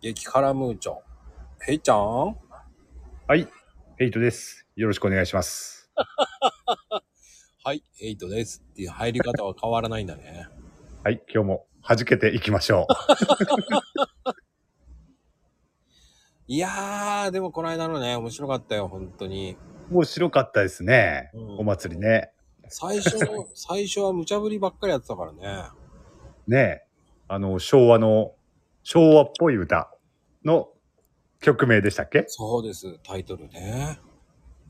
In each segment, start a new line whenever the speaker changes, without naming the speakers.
激辛ムーチョ。ヘイちゃん
はい、エイトです。よろしくお願いします。
はい、ヘイトです。っていう入り方は変わらないんだね。
はい、今日も弾けていきましょ
いやー、でもこの間のね、面白かったよ、本当に。
う。面白かったですね。
うん
お祭りね。
最初の、最初は無茶ぶりばっかりやってたからね。
ねえ。あの、昭和の、昭和っぽい歌の曲名でしたっけ
そうです、タイトルね。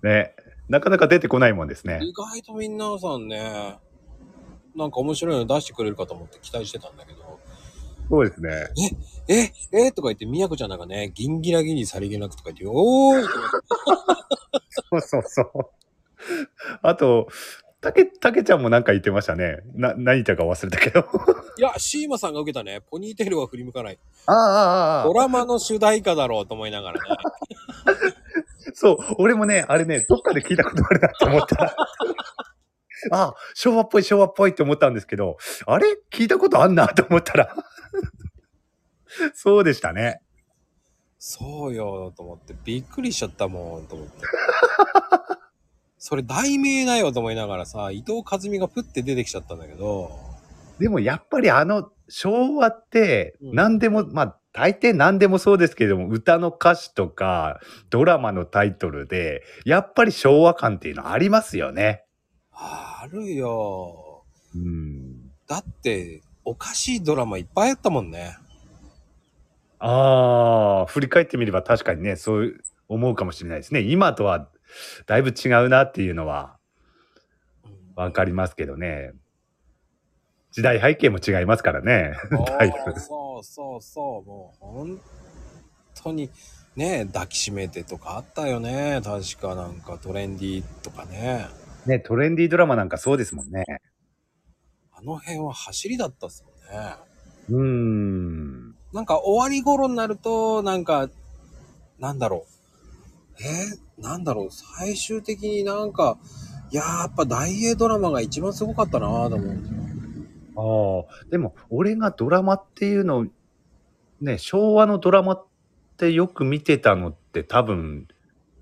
ねえ。なかなか出てこないもんですね。
意外とみんなさんね、なんか面白いの出してくれるかと思って期待してたんだけど、
そうですね。
え、えとか言って、みやこちゃんなんかね、ギンギラギにさりげなくとか言って、おーいとか言って
そうそうそう。あと、たけ、たけちゃんもなんか言ってましたね。な、何言ったか忘れたけど。
いや、シーマさんが受けたね、ポニーテールは振り向かない。
ああ、ああ、あ
ドラマの主題歌だろうと思いながらね。
そう、俺もね、あれね、どっかで聞いたことあるなって思ったら。 あ、昭和っぽい昭和っぽいって思ったんですけど、あれ聞いたことあんなと思ったら。そうでしたね。
そうよ、と思って。びっくりしちゃったもん、と思って。それ題名だよ、と思いながらさ、伊藤和美がプッて出てきちゃったんだけど、
でもやっぱりあの昭和って
うん
何でも、まあ大抵何でもそうですけれども、歌の歌詞とかドラマのタイトルで、やっぱり昭和感っていうのありますよね。
ああるよ。
うん。
だって、おかしいドラマいっぱいあったもんね。
ああ、振り返ってみれば確かにね、そういう思うかもしれないですね。今とはだいぶ違うなっていうのはわかりますけどね。時代背景も違いますからね。だいぶ
そうそうそう、もう本当に、ね抱きしめてとかあったよね。確かなんかトレンディーとかね。
ね、トレンディードラマなんかそうですもんね。
あの辺は走りだったっすもんね。
うーん。
なんか終わり頃になると、なんか、なんだろう。えー、なんだろう。最終的になんか、いやーやっぱ大英ドラマが一番すごかったなぁと思う。
ああ、でも俺がドラマっていうのを、ね、昭和のドラマってよく見てたのって多分、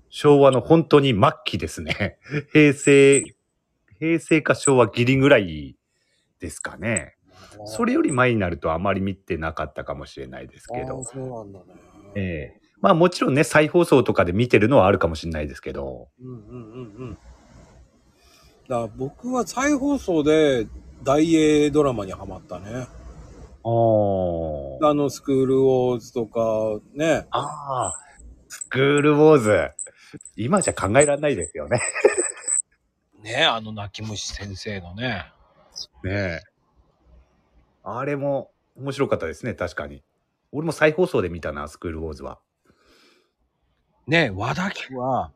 昭和の本当に末期ですね。 平成、平成か昭和ギリぐらいですかね。それより前になるとあまり見てなかったかもしれないですけ
あー
ど。
そうなんだね。
ええまあもちろんね、再放送とかで見てるのはあるかもしれないですけど。
うんうんうんうん。だから僕は再放送で大英ドラマにハマったね。
あ
あの、スクールウォーズとか、ね。
あ。ああ。スクールウォーズ。今じゃ考えられないですよね。
ねあの泣き虫先生のね。
ねえ。あれも面白かったですね、確かに。俺も再放送で見たな、スクールウォーズは。
ね和田家は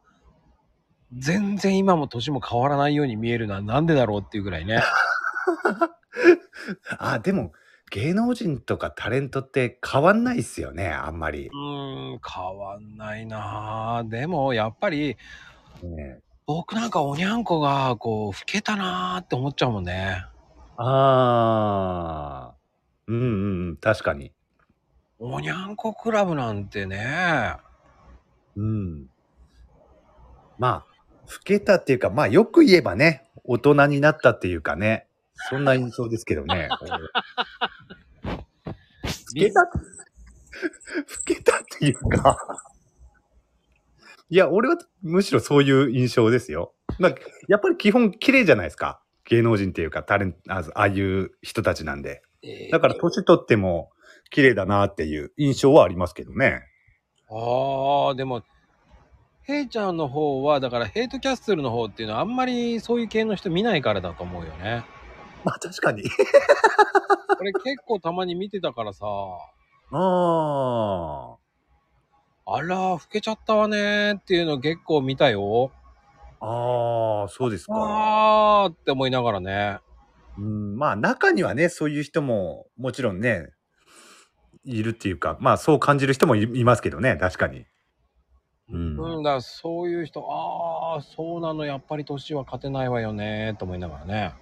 全然今も年も変わらないように見えるのはなんでだろうっていうぐらいね
あ、でも芸能人とかタレントって変わんないっすよね、あんまり
う。ーん変わんないなあでもやっぱり
ねえ
僕なんかおにゃんこがこう老けたなあって思っちゃうもんね
ああ。うんうんうん、確かに。
おにゃんこクラブなんてね
うん。まあ、老けたっていうか、まあ、よく言えばね、大人になったっていうかね、そんな印象ですけど ね。老けた、老けたっていうか。いや、俺はむしろそういう印象ですよ。まあ、やっぱり基本綺麗じゃないですか。芸能人っていうか、タレント、あああいう人たちなんで。
えー
だから、年取っても綺麗だなっていう印象はありますけどね。
ああでもヘイちゃんの方はだからヘイトキャッスルの方っていうのはあんまりそういう系の人見ないからだと思うよね
まあ、確かに。
これ結構たまに見てたからさ
ああ。
あら、老けちゃったわねーっていうの結構見たよ。
ああ、そうですか。
あーって思いながらね。
うん、まあ中にはね、そういう人ももちろんね、いるっていうか、まあそう感じる人もいいますけどね、確かに。うん
うん、だからそういう人、ああ、そうなの、やっぱり年 は勝てないわよねーって思いながらね。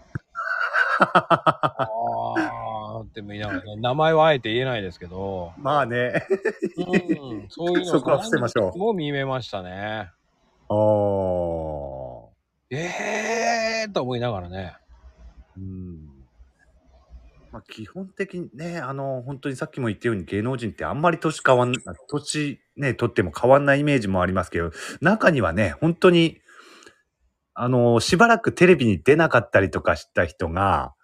ああ、っても言いながらね、名前はあえて言えないですけど、
まあね。
うん、そういうの
そこは伏せましょう
もう見えましたね。
ああ。
ええーと思いながらね。
うん。まあ、基本的にね、あの、本当にさっきも言ったように芸能人ってあんまり年変わん、年ね、取っても変わんないイメージもありますけど、中にはね、本当に、あの、しばらくテレビに出なかったりとかした人が、
うん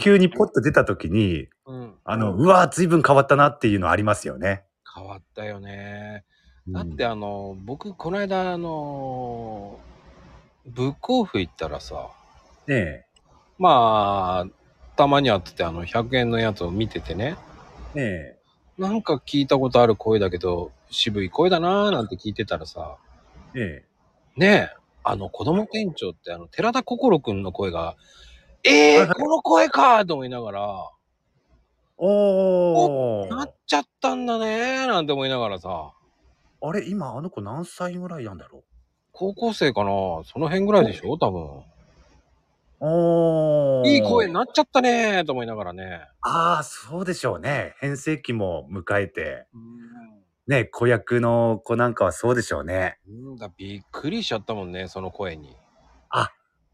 急にポッと出た時に、
うん、
あの、うわー、随分変わったなっていうのありますよね。
変わったよね。だってあの、僕、この間、あの、ブックオフ行ったらさ、
うん、ね
まあ、たまにあってて、あの、100円のやつを見ててね、
え、ね
なんか聞いたことある声だけど、渋い声だなーなんて聞いてたらさ、
え、ね
ねえ、あの、子供店長って、あの、寺田心くんの声が、ええー、この声かーと思いながら、
お
な
ー
っちゃったんだねーなんて思いながらさ、
あれ、今あの子何歳ぐらいなんだろ
高校生かなその辺ぐらいでしょ多分。
うおー
いい声になっちゃったねーと思いながらね。
ああ、そうでしょうね。変声期も迎えて。ね、子役の子なんかはそうでしょうね。
うんだびっくりしちゃったもんね、その声に。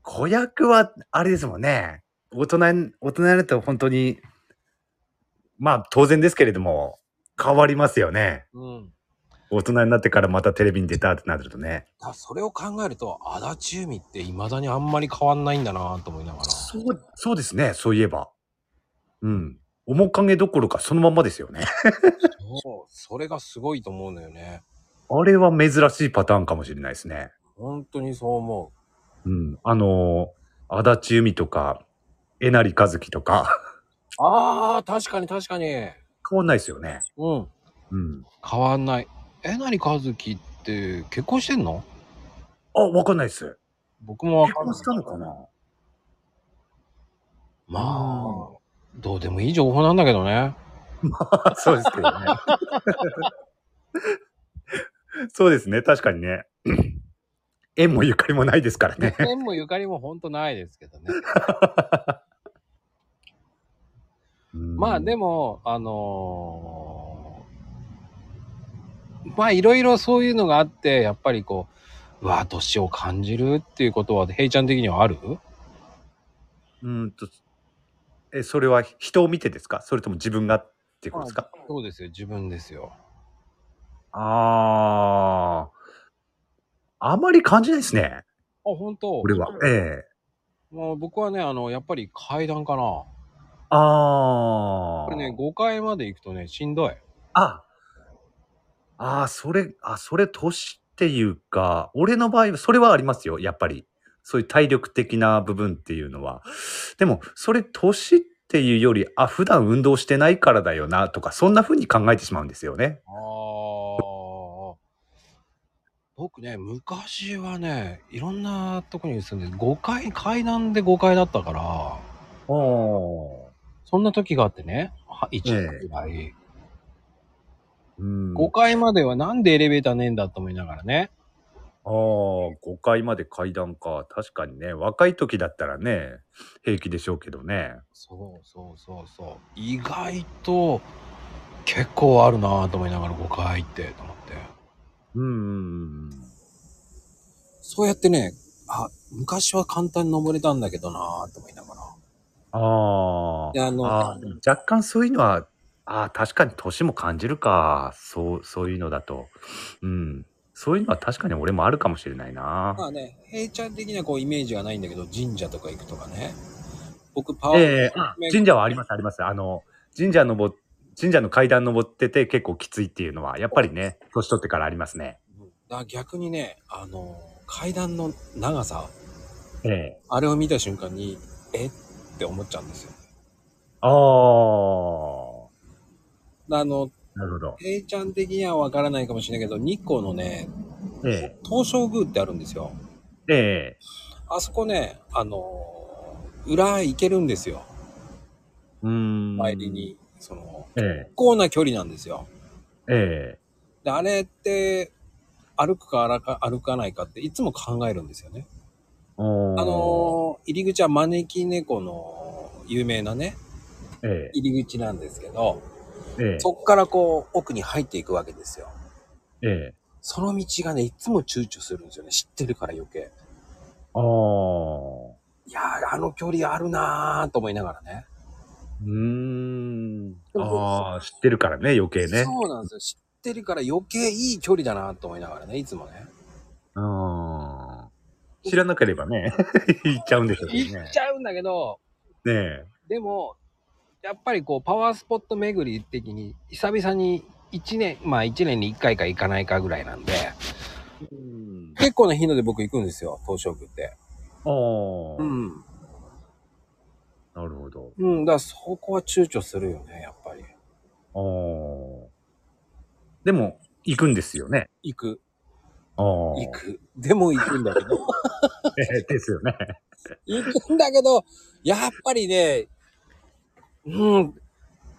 子役は、あれですもんね。大人に、大人になると本当に、まあ当然ですけれども、変わりますよね。
うん。
大人になってからまたテレビに出たってなるとね。
だそれを考えると、足立由美って未だにあんまり変わんないんだなーと思いながら。
そう、そうですね。そういえば。うん。面影どころかそのまんまですよね。
そう、それがすごいと思うのよね。
あれは珍しいパターンかもしれないですね。
本当にそう思う。
うん。あのー、足立由美とか、えなりかずきとか。
ああ、確かに確かに。
変わんないですよね。
うん。
うん。
変わんない。えなりかずきって結婚してんの
あ、わかんないっす。
僕もわ
結
かん
婚
ない
し。たのかな
まあ、どうでもいい情報なんだけど ね。
あそうですけどね。 そうですね。確かにね。 縁もゆかりもないですから ね。
縁もゆかりもほんとないですけどね。まあで
も。
も、あのーまあいろいろそういうのがあって、やっぱりこう、うわ、年を感じるっていうことは、ヘイちゃん的にはある
うんと、え、それは人を見てですかそれとも自分がっていうことですか
そうですよ、自分ですよ。
ああ。あまり感じないですね。
あ、本当
俺は。ええ
もう僕はね、あの、やっぱり階段かな。こ
ああ。
れね、5階まで行くとね、しんどい。
あ、あー、それ、あ、それ、年っていうか、俺の場合、それはありますよ、やっぱり。そういう体力的な部分っていうのは。でも、それ、年っていうより、あ、普段運動してないからだよな、とか、そんな風に考えてしまうんですよね。
ああ。僕ね、昔はね、いろんなとこに住んで、5階、階段で5階だったから、
お
そんな時があってね、1年ぐらい、
うん。
5階まではなんでエレベーターねえんだと思いながらね。
ああ、5階まで階段か。確かにね、若い時だったらね、平気でしょうけどね。
そうそうそうそう。意外と結構あるなぁと思いながら5階ってと思って。
うんうんうん。
そうやってね、あ、昔は簡単に登れたんだけどなぁと思いながら。
ああ。
で、あの、
あー若干そういうのは、あー確かに年も感じるか。そう、そういうのだと。うん。そういうのは確かに俺もあるかもしれないな。
まあね、平ちゃん的にはこうイメージがないんだけど、神社とか行くとかね。僕、パワー、
ええあ神社はあります、あります。あの、神社登っ神社の階段登ってて結構きついっていうのは、やっぱりね、年取ってからありますね。
だから逆にね、あの、階段の長さ、
ええ
あれを見た瞬間に、えって思っちゃうんですよ。
ああ、
あの、
なるほど。
平ちゃん的にはわからないかもしれないけど、日光のね、
え
東照宮ってあるんですよ。
えええ
あそこね、あのー裏行けるんですよ。
うーん。
参り。に。その、
え
結構な距離なんですよ。
えええ
で、あれって、歩くか歩か歩かないかっていつも考えるんですよね。
おー
あのー入り口は招き猫の有名なね、
ええ、
入り口なんですけど、
ええ、
そっからこう、奥に入っていくわけですよ。
ええ。
その道がね、いつも躊躇するんですよね。知ってるから余計。
ああ、う
いやー、あの距離あるなーと思いながらね。
ーん。ああ、知ってるからね、余計ね。
そうなんですよ。知ってるから余計いい距離だなと思いながらね、いつもね。
あー知らなければね、 行っちゃうんでしょうけど
行
ね
っち。ゃうんだけど、
ねえ。
でも、やっぱりこう、パワースポット巡り的に、久々に1年、まあ1年に1回か行かないかぐらいなんで、
うん。
結構な頻度で僕行くんですよ、東照宮って。
ああ、
ん。
なるほど。
うん、だからそこは躊躇するよね、やっぱり。
ああ。でも、行くんですよね。
行く、
ああ。
行く。でも行くんだけど。
ええ ですよね。
行くんだけど、やっぱりね、うん、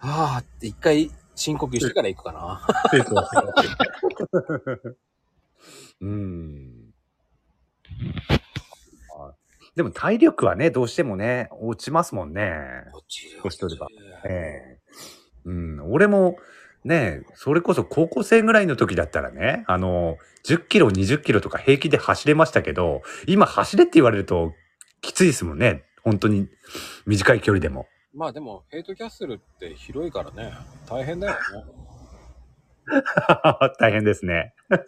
ああって一回深呼吸してから行くかな。
ですよね うん。あでも体力はね、どうしてもね、落ちますもんね。
落ちる
こうしとればええうん、俺も、ねそれこそ高校生ぐらいの時だったらね、あの、10キロ、20キロとか平気で走れましたけど、今走れって言われるときついですもんね。本当に短い距離でも。
まあでも、ヘイトキャッスルって広いからね、大変だよ
大変ですね。
ね。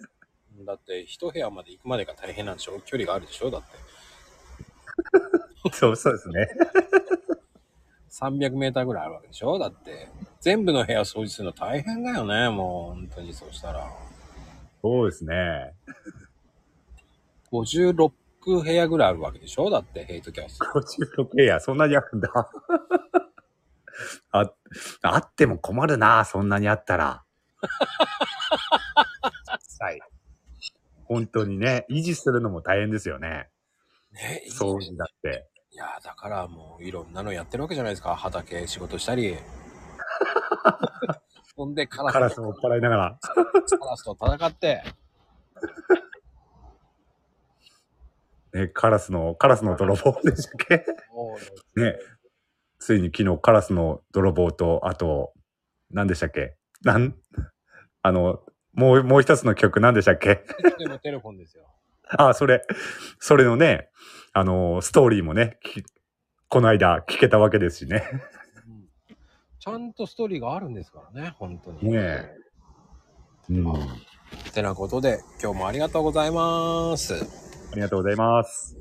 だって、一部屋まで行くまでが大変なんでしょ距離があるでしょだって。
そうそうですね。
300メーターぐらいあるわけでしょだって。全部の部屋掃除するの大変だよね、もう、本当にそうしたら。
そうですね。
56部屋ぐらいあるわけでしょだって、ヘイトキャッスル。
56部 屋、そんなにあるんだ。あ、あっても困るな、そんなにあったら。はい。本当にね、維持するのも大変ですよね。
ね、
掃除だって。
いやーだからもういろんなのやってるわけじゃないですか畑仕事した りほんでカラス
カラスを追っ払いながら。
カラスと戦って
ね、カラスの、カラスの泥棒でしたっけ
もう
ね。ついに昨日カラスの泥棒と、あと、何でしたっけなん、あの、もう、もう一つの曲何でしたっけ
いつでもテレフォンですよ
あ、それ、それのね、あのーストーリーもね、きこの間聞けたわけですしね。
うんちゃんとストーリーがあるんですからね本当に
ねえうん。あ
てなことで今日もありがとうございます
りがとうございます。